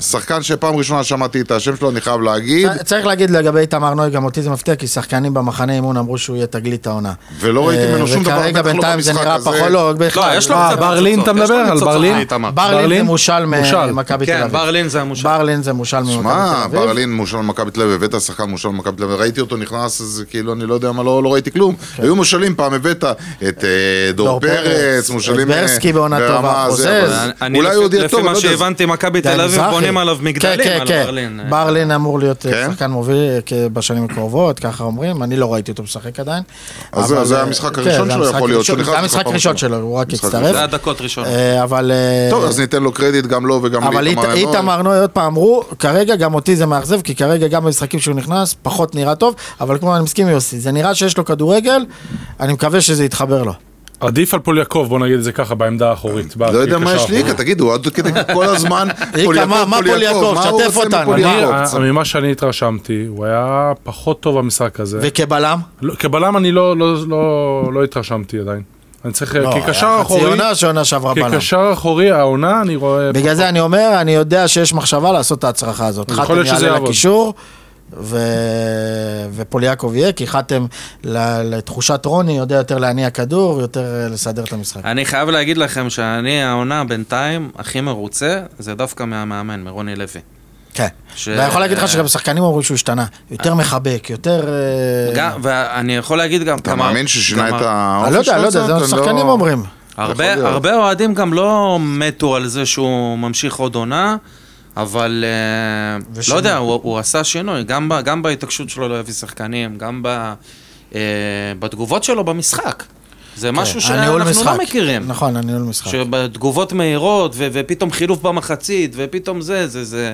A: שחקן שפעם ראשונה שמעתי את השם שלו, אני חייב להגיד,
B: צ- אה, צריך להגיד לגבי איתמר נוי, גם אותי זה מפתיע, כי שחקנים במחנה אימון אמרו שהוא יהיה תגלית העונה. אה,
A: ולא ראיתי ממנו שום דבר, בטח
B: וכרגע
A: לא
B: בינתיים זה
A: במשחק
B: נראה
A: הזה.
B: פחות, לא,
C: לא,
B: בכלל.
C: יש לו
D: אה,
C: קצת
D: ברלין,
C: ניצוצות,
D: אתה
C: יש לו
D: מדבר על
C: ניצוצות,
D: ברלין?
A: אה,
C: איתמר.
B: ברלין זה
D: ברלין?
B: מושל
D: מושל.
B: ממכבי תל
C: כן,
B: אביב.
C: ברלין זה המושל.
B: ברלין זה מושל ממכבי תל
A: שמע,
B: אביב.
A: ברלין מושל ממכבי תל אביב, הבאת שחקן מושל ממכבי תל אביב, ראיתי אותו נכנס, אז כאילו, אני לא יודע מה, לא לא ראיתי כלום. היו מושאלים פעם, הבאת את אה, דור
B: כן. דור
A: פרץ,
B: פרץ,
A: מושאלים...
B: את ברסקי
A: אה,
B: בעונה
A: ברמה
B: טובה,
A: הזה,
B: חוזז.
A: אבל
B: אני-
C: אני
A: אולי
C: לפי-
A: הוא עוד יהיה טוב, אני
C: לפי מה
A: לא יודע.
C: שהבנתי, מכבי
B: דן
C: תל אביב
B: מזרחי.
C: בונים עליו מגדלים,
B: כן,
C: על
B: כן,
C: ברלין.
B: כן. ברלין אמור להיות אה,
A: כן?
B: שחקן מוביל אה, בשנים הקרובות, ככה אומרים, אני לא ראיתי אותו משחק עדיין.
A: אז זהו,
B: אבל,
A: זה
B: אה,
A: המשחק
B: כן,
A: הראשון
B: זה
A: שלו
B: המשחק
A: יכול להיות, שהוא נכנס
B: הראשון- זה
A: לך
B: המשחק
A: פעם
B: הראשון
A: ראשונה.
B: שלו, הוא רק
A: משחק
B: הצטרף.
A: ראשון.
C: זה הדקות ראשונות.
B: אה, אבל... אה,
A: טוב, אז ניתן לו קרדיט גם לו וגם
B: אבל
A: לאיתמר
B: אית-
A: נוי.
B: איתמר נוי, עוד פעם, אמרו, כרגע גם אותי זה מאכזב, כי כרגע גם במשחקים שהוא נכנס, פחות נראה טוב, אבל כמו אני מסכים עם יוסי, זה נראה שיש לו כדורגל, אני מקווה שזה יתחבר לו.
D: עדיף על פוליאקוב, בוא נגיד את זה ככה, בעמדה האחורית.
A: לא יודע
D: בקשר
A: מה יש
D: האחורי.
A: לאיקה, תגידו, עד כדי כל
B: [LAUGHS]
A: הזמן
B: איקה, מה- מה פוליאקוב?
A: מה הוא
B: שתף
A: עושה
B: אותנו.
A: מפוליאקוב?
D: אני, אה, ממה שאני התרשמתי, הוא היה פחות טוב במשחק הזה.
B: וכבלם?
D: לא, כבלם אני לא- לא- לא לא התרשמתי עדיין. אני צריך,
B: לא, היה
D: כקשר
B: חצי
D: אחורי,
B: עונה שעונה שעברה בלם.
D: כקשר אחורי, העונה, אני רואה...
B: בגלל זה אני אומר, אני יודע שיש מחשבה לעשות את ההצרחה הזאת.
D: אז יכול
B: חתם
D: להיות שזה
B: יעלה
D: יעבוד.
B: לקישור, ו... ופוליאקוב יהיה, כי חתם ל- לתחושת רוני יודע יותר להניע כדור, יותר אה, לסדר את המשחק.
C: אני חייב להגיד לכם שאני העונה בינתיים הכי מרוצה, זה דווקא מהמאמן, מרוני לוי.
B: כן.
C: ש-
B: ואני יכול להגיד לך שגם שחקנים אמרו שהוא השתנה. יותר מחבק, יותר... אה,
C: גם- ואני יכול להגיד גם...
A: אתה מאמין ששינה את האופן
B: אני לא יודע, לא יודע,
A: קצת?
B: זה מה
A: אני לא-
B: ששחקנים אומרים.
A: יכול להיות.
C: הרבה, הרבה אוהדים גם לא מתו על זה שהוא ממשיך עוד עונה, אבל אה,
B: ושינוי.
C: לא יודע, הוא, הוא עשה שינוי, גם, ב, גם בהתעקשות שלו להביא שחקנים, גם ב, אה, בתגובות שלו במשחק. זה כן, משהו
B: אה, הניהול
C: שאנחנו
B: משחק.
C: לא מכירים.
B: נכון, הניהול משחק.
C: שבתגובות מהירות, ו- ופתאום חילוף במחצית, ופתאום זה, זה, זה,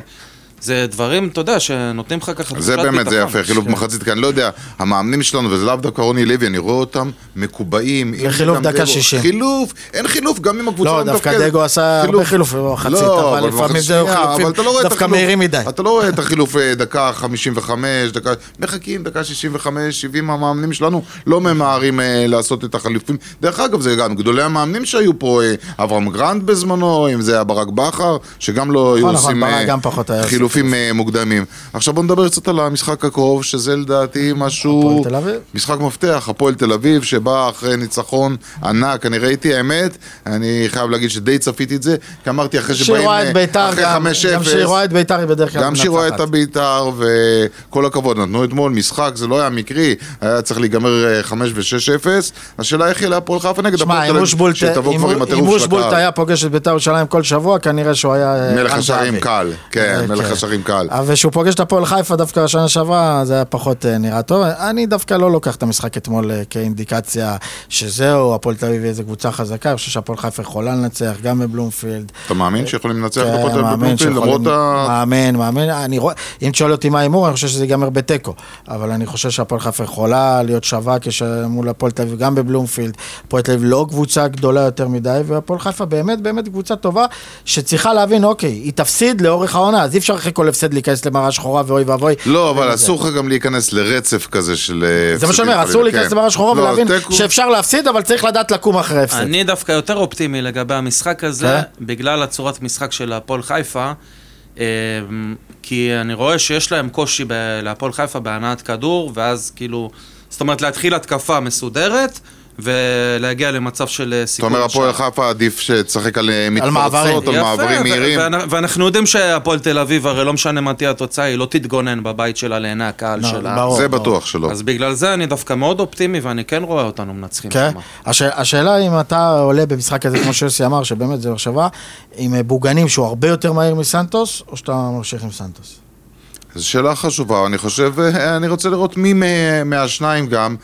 C: זה דברים, אתה יודע, שנותנים לך ככה תחושת
A: זה באמת, זה
C: ביטחון.
A: יפה, חילוף
B: כן.
A: מחצית, כי אני לא יודע, המאמנים שלנו, וזה לאו דווקא רוני לוי, אני רואה אותם מקובעים. אם
B: וחילוף
A: גם
B: דקה
A: דגו-
B: 60.
A: חילוף, אין חילוף, גם אם הקבוצה
B: לא, דווקא דגו עשה הרבה חילופים במחצית,
A: לא,
B: אבל לפעמים
A: במחצית
B: זה
A: שנייה,
B: חילופים
A: אבל אתה לא רואה את
B: דווקא
A: החילוף.
B: מהירים מדי.
A: אתה לא רואה את החילוף אה, דקה 55, דקה... מחכים, דקה 65, 70 המאמנים שלנו לא ממהרים אה, לעשות את החילופים. דרך אגב, זה גם גדולי המאמנים שהיו פה, אה, אברהם גרנד בזמנו, אם זה היה ברק בכר, שגם לא היו
B: נכון, נכון,
A: עושים
B: ברק
A: אה,
B: גם פחות היה עושה
A: חילופים אה, מוקדמים. עכשיו בוא נדבר קצת על המשחק הקרוב, שזה לדעתי משהו...
B: הפועל תל אביב.
A: משחק מפתח, הפועל תל אביב, שבא אחרי ניצחון ענק, אני ראיתי, האמת, אני חייב להגיד שדי צפיתי את זה, כי אמרתי אחרי שבאים,
B: שהיא רואה
A: אה,
B: את ביתר,
A: אחרי
B: גם-
A: 5-0,
B: גם שהיא רואה את ביתר היא בדרך כלל
A: גם שהיא רואה את
B: מנצחת.
A: הביתר, וכל הכבוד, נתנו אתמול משחק, זה לא היה מקרי, היה צריך להיגמר אה, 5 ו-6-0, השאלה איך יהיה להפועל חיפה נגד
B: שמע,
A: הפועל
B: אם
A: תל אביב,
B: רושבולט
A: שתבוא כבר עם
B: אם- אם
A: הטירוף של
B: רושבולט
A: הקהל.
B: היה פוגש את ביתר ירושלים כל שבוע, כנראה שהוא היה... אה,
A: מלך
B: רן
A: השערים
B: זהבי.
A: קל, כן,
B: אה,
A: מלך
B: כן.
A: השערים קל.
B: אבל כשהוא פוגש את הפועל חיפה דווקא בשנה שעברה, זה היה פחות אה, נראה טוב. אני דווקא לא לוקח את המשחק אתמול אה, כאינדיקציה שזהו, הפועל תל אביב היא איזו קבוצה חזקה, אני חושב שהפועל חיפה יכולה לנצח, גם בבלומפילד.
A: אתה מאמין שיכולים לנצח
B: כן,
A: בפועל תל אביב
B: מאמן
A: בבלומפילד,
B: שיכולים-
A: למרות ה...
B: מאמן, מאמן, אני רואה, אם תשאל אותי מה ההימור, אני חושב שזה ייגמר בתיקו. אבל אני חושב שהפועל חיפה יכולה להיות שווה כש- מול הפועל תל אביב, גם בבלומפילד. הפועל תל אביב לא קבוצה גדולה יותר מדי, והפועל חיפה באמת באמת קבוצה טובה, שצריכה להבין, אוקיי, היא תפסיד לאורך העונה, אז אי אפשר אחרי כל הפסד להיכנס למערה שחורה ואוי ואבוי.
A: לא, אבל אסור לך גם להיכנס לרצף כזה של... אה,
B: זה מה שאני אומר,
A: הפסדים,
B: אסור
A: חלילה,
B: להיכנס
A: כן.
B: למערה שחורה
A: לא,
B: ולהבין
A: תיקו-
B: שאפשר להפסיד, אבל צריך לדעת לקום אחרי הפסד.
C: אני דווקא יותר אופטימי לגבי המשחק הזה,
B: כן?
C: בגלל הצורת משחק של הפועל חיפה, אמ, כי אני רואה שיש להם קושי ב- להפועל חיפה בהנעת כדור, ואז כאילו, זאת אומרת להתחיל התקפה מסודרת, ולהגיע למצב של אה,
A: אתה
C: סיכוי.
A: אומר, הפועל
C: שם.
A: חיפה עדיף שתשחק על אה,
B: מעברים.
A: מתפרצות, על
C: יפה,
A: מעברים
C: ו-
A: מהירים.
C: ואנ- ואנחנו יודעים שהפועל תל אביב, הרי לא משנה מה תהיה התוצאה, היא לא תתגונן בבית שלה לעיני הקהל
B: לא,
C: שלה.
B: ברור.
A: זה בטוח שלא.
C: אז בגלל זה אני דווקא מאוד אופטימי, ואני כן רואה אותנו מנצחים
B: כן.
C: שם.
B: הש... השאלה אם אתה עולה במשחק הזה, כמו שיוסי אמר, שבאמת זה מחשבה, עם אה, בוגנים שהוא הרבה יותר מהיר מסנטוס, או שאתה ממשיך עם סנטוס?
A: זו שאלה חשובה, אני חושב, אה, אני רוצה לראות מי מה- מהשניים גם.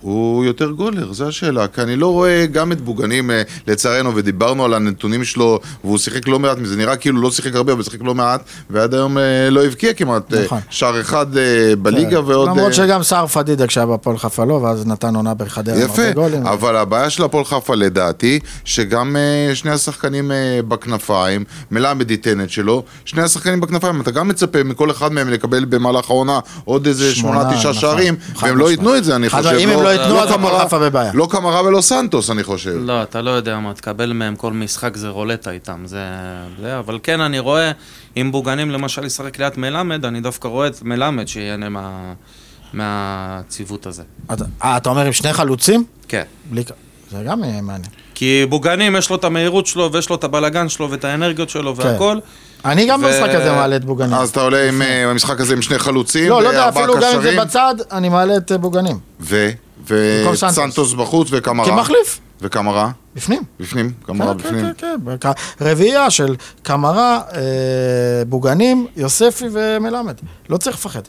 A: הוא יותר גולר, זו השאלה, כי אני לא רואה גם את בוגנים, אה, לצערנו, ודיברנו על הנתונים שלו, והוא שיחק לא מעט, זה נראה כאילו לא שיחק הרבה, אבל שיחק לא מעט, ועד היום אה, לא הבקיע כמעט אה,
B: נכון. כן.
A: שער אחד אה, בליגה ועוד...
B: למרות
A: אה,
B: שגם סער פדידה כשהיה בהפועל חיפה לא, ואז נתן עונה בחדרה כן, עם הרבה גולים.
A: יפה, אבל הבעיה של הפועל חיפה לדעתי, שגם אה, שני השחקנים אה, בכנפיים, מלמד ייתן את שלו, שני השחקנים בכנפיים, אתה גם מצפה מכל אחד מהם לקבל במהלך העונה עוד איזה
B: שמונה,
A: שמונה, תשעה
B: נכון.
A: שערים,
B: חד
A: והם לא
B: משמעית.
A: ייתנו את זה, אני
B: חד
A: חושב.
B: אם הם לא לא ייתנו, אז
A: לא
B: הפועל
A: קמרה-
B: חיפה בבעיה.
A: לא קמרה ולא סנטוס, אני חושב.
C: לא, אתה לא יודע מה תקבל מהם, כל משחק זה רולטה איתם, זה... זה אבל כן, אני רואה, אם בוגנים למשל ישחק ליד מלמד, אני דווקא רואה את מלמד שיהנה מה... מהציוות הזה.
B: אתה- אה, אתה אומר עם שני חלוצים?
C: כן.
B: בלי... ק- זה גם אה, מעניין.
C: כי בוגנים, יש לו את המהירות שלו, ויש לו את הבלגן שלו, ואת האנרגיות שלו,
B: כן.
C: והכל.
B: אני גם
C: ו-
B: במשחק הזה מעלה את בוגנים.
A: אז אתה עולה עם, אה, במשחק הזה עם שני חלוצים,
B: לא, לא יודע,
A: וארבעה
B: אפילו גם אם זה
A: קשרים,
B: בצד, אני מעלה את אה, בוגנים.
A: ו...
B: במקום סנטוס.
A: וסנטוס בחוץ וקמרה.
B: כמחליף,
A: וקמרה?
B: בפנים.
A: בפנים? קמרה
B: כן,
A: בפנים.
B: כן, כן, כן. רביעייה של קמרה, אה, בוגנים, יוספי ומלמד. לא צריך לפחד.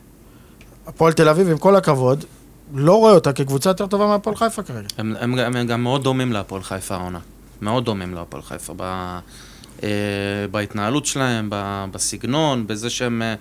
B: הפועל תל אביב, עם כל הכבוד, לא רואה אותה כקבוצה יותר טובה מהפועל חיפה כרגע.
C: הם, הם, גם- הם גם מאוד דומים להפועל חיפה העונה. מאוד דומים להפועל חיפה. ב, אה, בהתנהלות שלהם, ב, בסגנון, בזה שהם אה,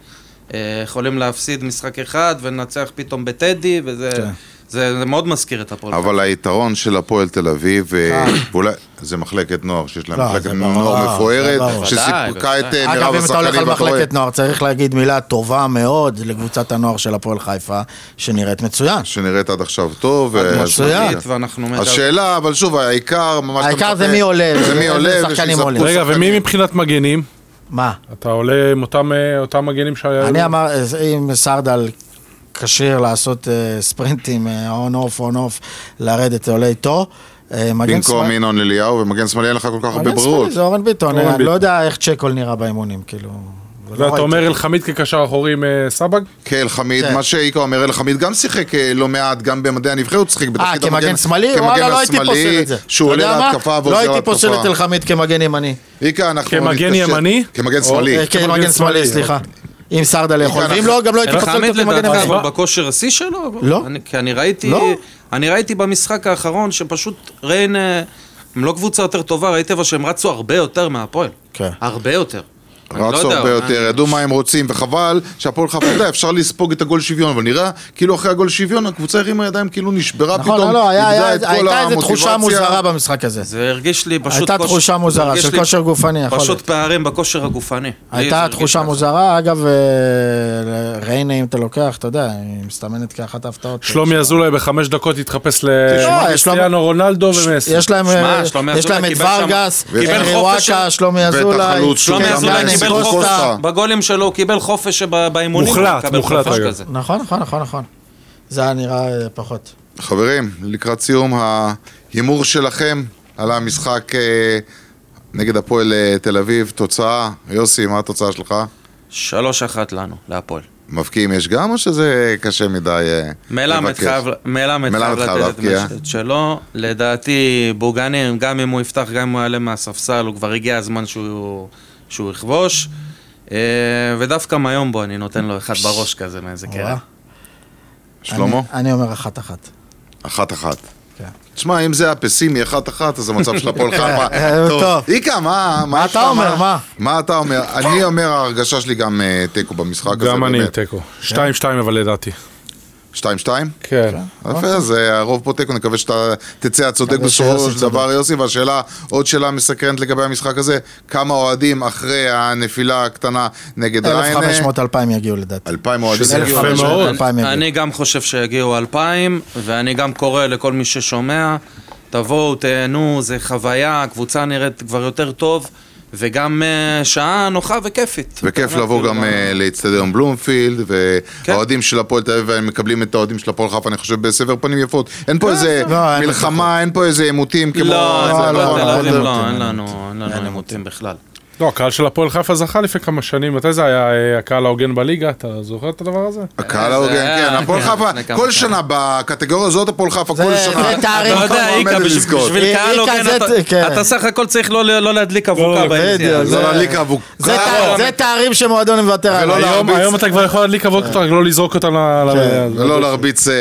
C: אה, יכולים להפסיד משחק אחד ולנצח פתאום בטדי, וזה
B: כן.
C: זה, זה מאוד מזכיר את הפועל חיפה.
A: אבל היתרון של הפועל תל אביב, אה, ואולי, זה מחלקת נוער, שיש להם
B: לא,
A: מחלקת
B: זה ברור,
A: נוער
B: זה
A: מפוארת,
B: ברור.
A: שסיפקה
C: בוודאי,
A: את אה,
B: אגב,
A: מירב
B: אם אתה הולך
A: השחקנים
B: על
A: ואתה רואה
B: מחלקת נוער, צריך להגיד מילה טובה מאוד לקבוצת הנוער של הפועל חיפה, שנראית מצוין.
A: שנראית עד עכשיו טוב. אה, אז-
B: מצוין.
C: נגיד, ואנחנו מדברים-
A: השאלה, אבל שוב, העיקר, ממש... אתה
B: העיקר זה
A: מצפה-
B: מי עולה,
A: זה מי
B: איזה
A: עולה,
B: שחקנים
A: ושיספקו
B: עולים.
D: רגע,
A: שחקנים.
D: ומי מבחינת מגנים?
B: מה?
D: אתה עולה עם אותם, אה, אותם מגנים שהיו...
B: אני אמר, אה, אם סרדל כשיר לעשות אה, ספרינטים, און אוף, און אוף, לרדת, זה עולה איתו. אה, מגן
A: במקום
B: שמאל-
A: ינון אליהו ומגן שמאלי אין לך כל כך הרבה
B: מגן
A: ברירות.
B: שמאלי זה אורן ביטון,
D: אורן
B: אני לא
D: ביטון.
B: יודע איך צ'קול נראה באימונים, כאילו. לא
D: ואתה
B: ראיתי.
D: אומר אלחמיד כקשר אחורי עם אה, סבג?
A: כן, חמיד,
B: כן.
A: מה שאיקו אומר, אלחמיד גם שיחק אה, לא מעט, גם במדעי הנבחרת שיחק בתפקיד
B: אה, כמגן שמאלי?
A: כמגן
B: וואלה, לא הייתי
A: השמאלי,
B: פוסל את זה.
A: שהוא
B: אתה
A: עולה
B: יודע מה?
A: להתקפה
B: לא
A: ועוזר להתקפה.
B: הייתי פוסל את אלחמיד כמגן ימני.
A: איקה, אנחנו
D: כמגן
A: נתקשר-
D: ימני?
A: כמגן
D: או-
A: שמאלי.
B: אה, כמגן שמאלי, סליחה. אם סרדל יכול.
A: אנחנו-
B: ואם לא, גם לא הייתי פוסל
C: אלחמיד
B: אותו כמגן
C: לדעתי לא
B: ימני.
C: אבל בכושר השיא שלו?
B: לא.
C: אני- כי אני ראיתי,
B: לא.
C: אני ראיתי במשחק האחרון שפשוט ריין, אה, הם לא קבוצה יותר טובה, ראיתי אבל שהם רצו הרבה יותר מהפועל.
B: כן.
C: הרבה יותר. אני לא
A: רצו
C: יודע,
A: הרבה
C: אני-
A: יותר, ידעו מה הם רוצים, וחבל שהפועל חיפה, אתה יודע, אפשר לספוג את הגול שוויון, אבל נראה כאילו אחרי הגול שוויון הקבוצה הרימה ידיים, כאילו נשברה
B: נכון,
A: פתאום,
B: לא, לא, היה-
A: איבדה
B: היה-
A: את כל
B: הייתה איזו תחושה
A: המוטיבציה.
B: מוזרה במשחק הזה.
C: זה הרגיש לי פשוט...
B: הייתה
C: כוש-
B: תחושה מוזרה
C: הרגיש
B: של
C: לי
B: כושר גופני, יכול
C: פשוט
B: להיות.
C: פערים בכושר הגופני. לי זה
B: הייתה
C: הרגיש
B: תחושה
C: ככה.
B: מוזרה, אגב, אה, ריינה, אם אתה לוקח, אתה יודע, היא מסתמנת כאחת ההפתעות.
D: שלומי אזולאי בחמש דקות התחפש
B: תשמע, יש
D: לקריסטיאנו רונלדו
B: ש-
D: ומסי.
B: יש להם, אה,
C: שלומי
B: יש להם
C: אזולאי
B: את
C: קיבל שם-
B: ורגס,
C: קיבל
B: אה,
C: חופש
B: וואקה,
C: שם.
B: שלומי
A: ואת
B: אזולאי,
A: החלוץ שלו,
C: שלומי
B: כן,
C: אזולאי
B: דני
A: דניאל
C: קיבל
B: סקוסטה.
C: חופש,
A: סקוסטה.
C: בגולים שלו הוא קיבל חופש שב- באימונים,
D: מוחלט,
C: הוא קיבל
D: מוחלט,
C: חופש
D: אגב.
C: כזה.
B: נכון, נכון, נכון, נכון. זה היה נראה אה, פחות.
A: חברים, לקראת סיום, ההימור שלכם על המשחק אה, נגד הפועל אה, תל אביב, תוצאה, יוסי, מה התוצאה שלך?
C: שלוש אחת לנו, להפועל.
A: מבקיעים יש גם, או שזה קשה מדי אה,
C: מלמד
A: לבקש?
C: חייב מלמד
A: מלמד
C: חייב
A: חייב
C: לתת את
A: להבקיע.
C: משת שלו. לדעתי, בוגנים, גם אם הוא יפתח, גם אם הוא יעלה מהספסל, הוא כבר הגיע הזמן שהוא שהוא יכבוש. אה, ודווקא מהיום בו אני נותן לו אחד בראש כזה מאיזה
B: וואו.
C: קרע.
A: שלמה?
B: אני- אני אומר אחת-אחת.
A: אחת-אחת.
B: כן.
A: תשמע, אם זה הפסימי אחת-אחת, אז המצב של הפועל חיפה.
B: [LAUGHS] אה, טוב.
A: איקה, מה...
B: מה
A: יש
B: אתה
A: לך?
B: אומר? מה?
A: מה אתה אומר? אני אומר, ההרגשה שלי גם אה, תיקו במשחק הזה.
D: גם אני עם
A: באמת.
D: תיקו.
B: כן?
D: שתיים שתיים אבל לדעתי.
A: 2-2?
D: כן.
B: אוקיי.
A: יפה, אז אה, הרוב פה תיקו, נקווה שאתה תצא הצודק
B: מקווה
A: בסופו
B: שיוסי
A: של דבר, יוסי. והשאלה, עוד שאלה מסקרנת לגבי המשחק הזה, כמה אוהדים אחרי הנפילה הקטנה נגד ריינה?
B: 1,500-2,000 יגיעו לדעתי.
A: 2,000 אוהדים.
D: שזה
A: הגיעו.
D: יפה מאוד.
B: 2,000 יגיעו.
C: אני גם חושב שיגיעו אלפיים, ואני גם קורא לכל מי ששומע, תבואו, תהנו, זה חוויה, הקבוצה נראית כבר יותר טוב, וגם אה, שעה נוחה וכיפית.
A: וכיף
C: באמת,
A: לבוא
C: כאילו,
A: גם אה, לאצטדיון בלומפילד,
C: כן.
A: והאוהדים של הפועל תל אביב הם מקבלים את האוהדים של הפועל חיפה, אני חושב, בסבר פנים יפות. אין פה איזה
B: לא, אין
A: מלחמה, אין פה איזה עימותים כמו...
C: לא,
A: זה, נכון?
C: זה
B: לא,
C: לא, תל
B: לא,
C: אביב
B: לא,
C: לא,
B: אין
C: אין
B: עימותים.
C: לנו אין לנו
B: אין
C: עימותים בכלל.
D: לא, הקהל של הפועל חיפה זכה לפני כמה שנים, מתי זה היה אה, הקהל ההוגן בליגה? אתה זוכר את הדבר הזה?
A: הקהל
C: זה
A: ההוגן,
C: היה-
B: אה,
A: כן, הפועל
C: כן,
A: חיפה,
C: לפני כמה
A: כל
C: שנים.
A: שנה בקטגוריה הזאת הפועל חיפה,
B: זה-
A: כל
B: זה
A: שנה.
B: תארים
A: אתה
C: אתה יודע,
A: מועמדת
C: איקה,
A: לזכות.
C: בשביל
B: איקה
C: קהל הוגן,
B: זה-
C: אתה-
B: כן.
C: אתה סך הכל צריך לא- לא להדליק אבוקה
D: לא,
C: ביציאה.
B: בדיוק.
A: זה לא
B: זה-
A: להדליק אבוקה.
B: זה
C: לא,
B: תא- זה תארים שמועדון מוותר
A: ולא
B: עליהם.
A: להרביץ.
D: אה,
A: לא,
D: היום היום אתה כבר יכול להדליק אבוקות, רק לא לזרוק אותם ל...
B: כן.
D: ל-
A: ולא להרביץ אה,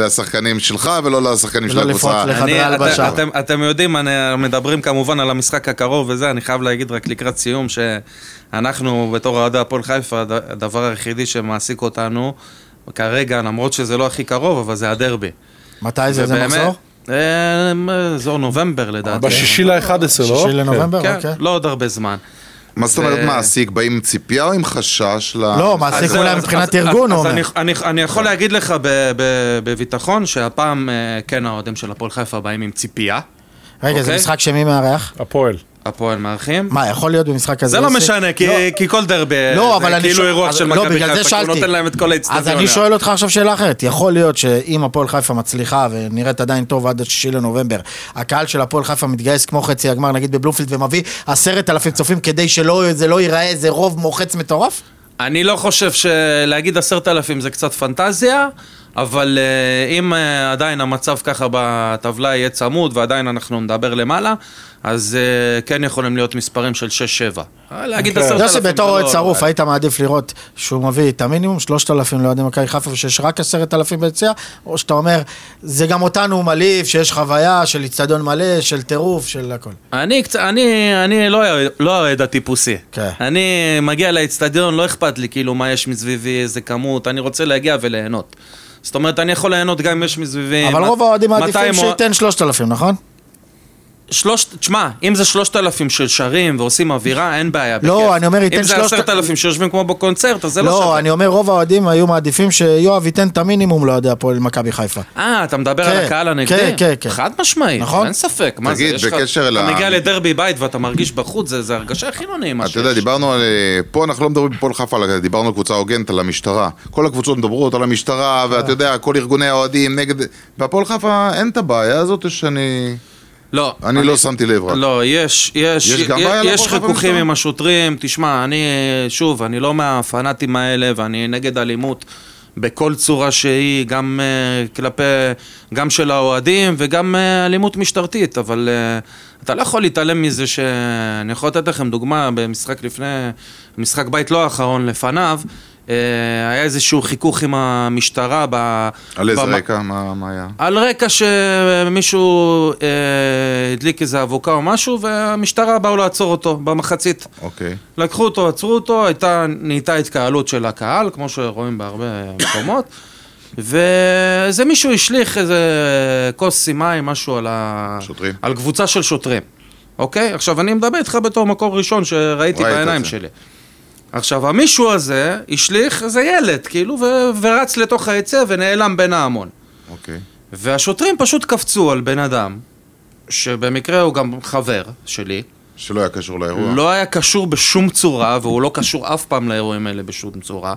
A: לשחקנים שלך ולא לשחקנים של
B: ולא
A: הקבוצה.
B: לפרוץ לך.
C: אני-
B: חדרי
C: אתה-
B: הלבשה.
C: אתם- אתם יודעים, אני- מדברים כמובן על המשחק הקרוב וזה, אני חייב להגיד רק לקראת סיום, שאנחנו בתור אוהדי הפועל חיפה, הד- הדבר היחידי שמעסיק אותנו כרגע, למרות שזה לא הכי קרוב, אבל זה הדרבי.
B: מתי זה? זה
C: ובאמת-
B: מחזור?
C: אה, אזור נובמבר לדעתי.
D: בשישי ל-11, לא?
B: שישי לנובמבר?
C: כן,
B: אוקיי.
C: לא עוד הרבה זמן.
A: מה זאת אומרת
C: זה-
A: מעסיק? באים עם ציפייה או עם חשש ל...
B: לא, מעסיק
C: אז-
B: אולי
C: אז-
B: מבחינת
C: אז-
B: ארגון,
C: אז-
B: הוא אומר.
C: אז אני- אני- אני יכול להגיד לך ב- ב- בביטחון שהפעם אה, כן האוהדים של הפועל חיפה באים עם ציפייה,
B: רגע, זה
C: אוקיי.
B: משחק שמי מארח?
D: כן. הפועל.
C: הפועל מארחים.
B: מה, יכול להיות במשחק כזה?
C: זה לא
B: יוסי?
C: משנה, כי-
B: לא.
C: כי כל דרבי
B: לא,
C: זה
B: אבל אני
C: כאילו
B: שואל-
C: אירוח
B: אז-
C: של
B: לא,
C: מכבי
B: בגלל זה
C: חיפה, כי הוא
B: שאלתי.
C: נותן להם את כל אה. האצטדיון.
B: אז אני שואל אותך עכשיו שאלה אחרת. יכול להיות שאם הפועל חיפה מצליחה ונראית עדיין טוב עד השישי לנובמבר, הקהל של הפועל חיפה מתגייס כמו חצי הגמר, נגיד בבלומפילד, ומביא עשרת אלפים צופים כדי שזה לא ייראה איזה רוב מוחץ מטורף?
C: אני לא חושב שלהגיד עשרת אלפים זה קצת פנטזיה, אבל אה, אם אה, עדיין המצב ככה בטבלה יהיה צמוד ועדיין אנחנו נדבר למעלה, אז אה, כן יכולים להיות מספרים של שש-שבע. אה, להגיד
D: אוקיי.
C: עשרת אלפים...
B: יוסי, בתור
C: זה לא-
B: אוהד שרוף, היית מעדיף לראות שהוא מביא את המינימום, 3,000 לאוהדי מכבי חיפה ושיש רק 10,000 ביציאה, או שאתה אומר, זה גם אותנו הוא מלהיב, שיש חוויה של איצטדיון מלא, של טירוף, של הכל.
C: אני, קצ- אני, אני לא לא האוהד הטיפוסי.
B: כן.
C: אני מגיע לאצטדיון, לא אכפת לי כאילו מה יש מסביבי, איזה כמות, אני רוצה להגיע וליהנות. זאת אומרת, אני יכול ליהנות גם אם יש מסביבי...
B: אבל
C: מת-
B: רוב האוהדים מעדיפים
C: 200 אוה-
B: שייתן 3,000, נכון?
C: שלוש, תשמע, אם זה שלושת אלפים של שרים ועושים אווירה, אין בעיה.
B: לא,
C: בכיף.
B: אני אומר, ייתן
C: אם זה
B: שלושת-
C: עשרת אלפים שיושבים כמו בקונצרט, אז זה לא
B: לא,
C: שווה.
B: אני אומר, רוב האוהדים היו מעדיפים שיואב ייתן את המינימום לאוהדי הפועל מכבי חיפה.
C: אה, אתה מדבר
B: כן,
C: על הקהל הנגדי?
B: כן, כן, כן.
C: חד משמעית,
B: נכון?
C: אין ספק. מה זה,
A: תגיד,
C: יש לך-
A: בקשר ל-
C: אתה מגיע לדרבי בית ואתה מרגיש בחוץ, זה זה הרגשה הכי לא נעימה
A: אתה יודע, דיברנו על... אה, פה אנחנו לא מדברים בפועל חיפה, אלא דיברנו על קבוצה הוגנת, על המשטרה. כל הקבוצות מדברות על המשטרה,
C: אה.
A: ואתה יודע, כל ארגוני האוהדים נגד... בהפועל חיפה אין את הבעיה הזאת שאני...
C: לא,
A: אני לא שמתי לב רק.
C: לא, יש, יש,
A: יש גם
C: יש,
A: בעיה לבוא
C: יש
A: לך
C: חיכוכים
A: במשטרה?
C: עם השוטרים. תשמע, אני, שוב, אני לא מהפנאטים האלה ואני נגד אלימות בכל צורה שהיא, גם uh, כלפי, גם של האוהדים וגם uh, אלימות משטרתית, אבל uh, אתה לא יכול להתעלם מזה ש... אני יכול לתת לכם דוגמה, במשחק לפני, משחק בית לא האחרון, לפניו, אה, היה איזשהו חיכוך עם המשטרה ב...
A: על איזה
C: במ-
A: רקע? מה מה היה?
C: על רקע שמישהו אה, הדליק איזה אבוקה או משהו, והמשטרה באו לעצור אותו במחצית.
A: אוקיי.
C: לקחו אותו, עצרו אותו, הייתה, נהייתה התקהלות של הקהל, כמו שרואים בהרבה מקומות, ואיזה מישהו השליך איזה כוס עם מים, משהו על, ה...
A: שוטרים.
C: על קבוצה של שוטרים, אוקיי? עכשיו, אני מדבר איתך בתור מקום ראשון שראיתי
A: ראית את
C: בעיניים
A: זה.
C: שלי. עכשיו, המישהו הזה השליך איזה ילד, כאילו, ו... ורץ לתוך היצא ונעלם בין ההמון.
A: אוקיי.
C: והשוטרים פשוט קפצו על בן אדם, שבמקרה הוא גם חבר שלי,
A: שלא היה קשור לאירוע.
C: לא היה קשור בשום צורה, והוא לא קשור אף פעם לאירועים האלה בשום צורה.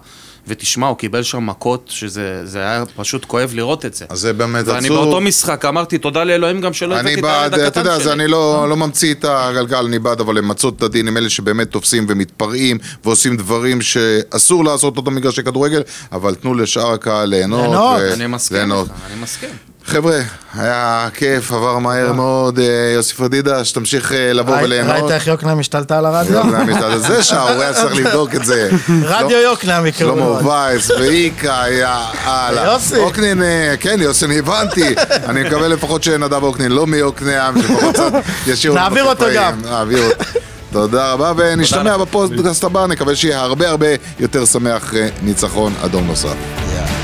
C: תשמע, הוא קיבל שם מכות, שזה זה היה פשוט כואב לראות את זה.
A: אז זה באמת עצוב.
C: ואני באותו משחק אמרתי, תודה לאלוהים גם שלא הבאתי
A: אני
C: את הילד
A: בעד, אתה
C: הקטן
A: יודע, אז
C: שלי. אה.
A: אני לא, לא ממציא את הגלגל, אני בעד, אבל למצות את הדין עם אלה שבאמת תופסים ומתפרעים ועושים דברים שאסור לעשות אותו מגרשי כדורגל, אבל תנו לשאר הקהל ליהנות.
B: ליהנות.
A: ו-
C: אני מסכים
A: ליהנות.
C: לך, אני מסכים.
A: חבר'ה, היה כיף, עבר מהר מאוד, אה, יוסי פדידה, שתמשיך אה, לבוא
B: לא. ראית-
A: וליהנות. לא.
B: ראית איך יוקנעם השתלטה על הרדיו?
A: זה המתעד- זה
B: [LAUGHS]
A: שהאורח צריך לבדוק את זה.
B: רדיו יוקנעם יקראו
A: שלמה
B: לו.
A: וייס ואיקה, יאללה.
B: יוסי.
A: אוקנין, אה, כן, יוסי, אני הבנתי. אני מקווה לפחות שנדב אוקנין לא מיוקנעם,
B: [LAUGHS]
A: שלפחות קצת ישאירו לנו
B: נעביר אותו
A: כפיים.
B: גם.
A: נעביר אותו. תודה רבה, ונשתמע
C: לך.
A: בפודקאסט הבא, נקווה שיהיה הרבה הרבה יותר שמח אה, ניצחון אדום נוסף.
B: יאללה.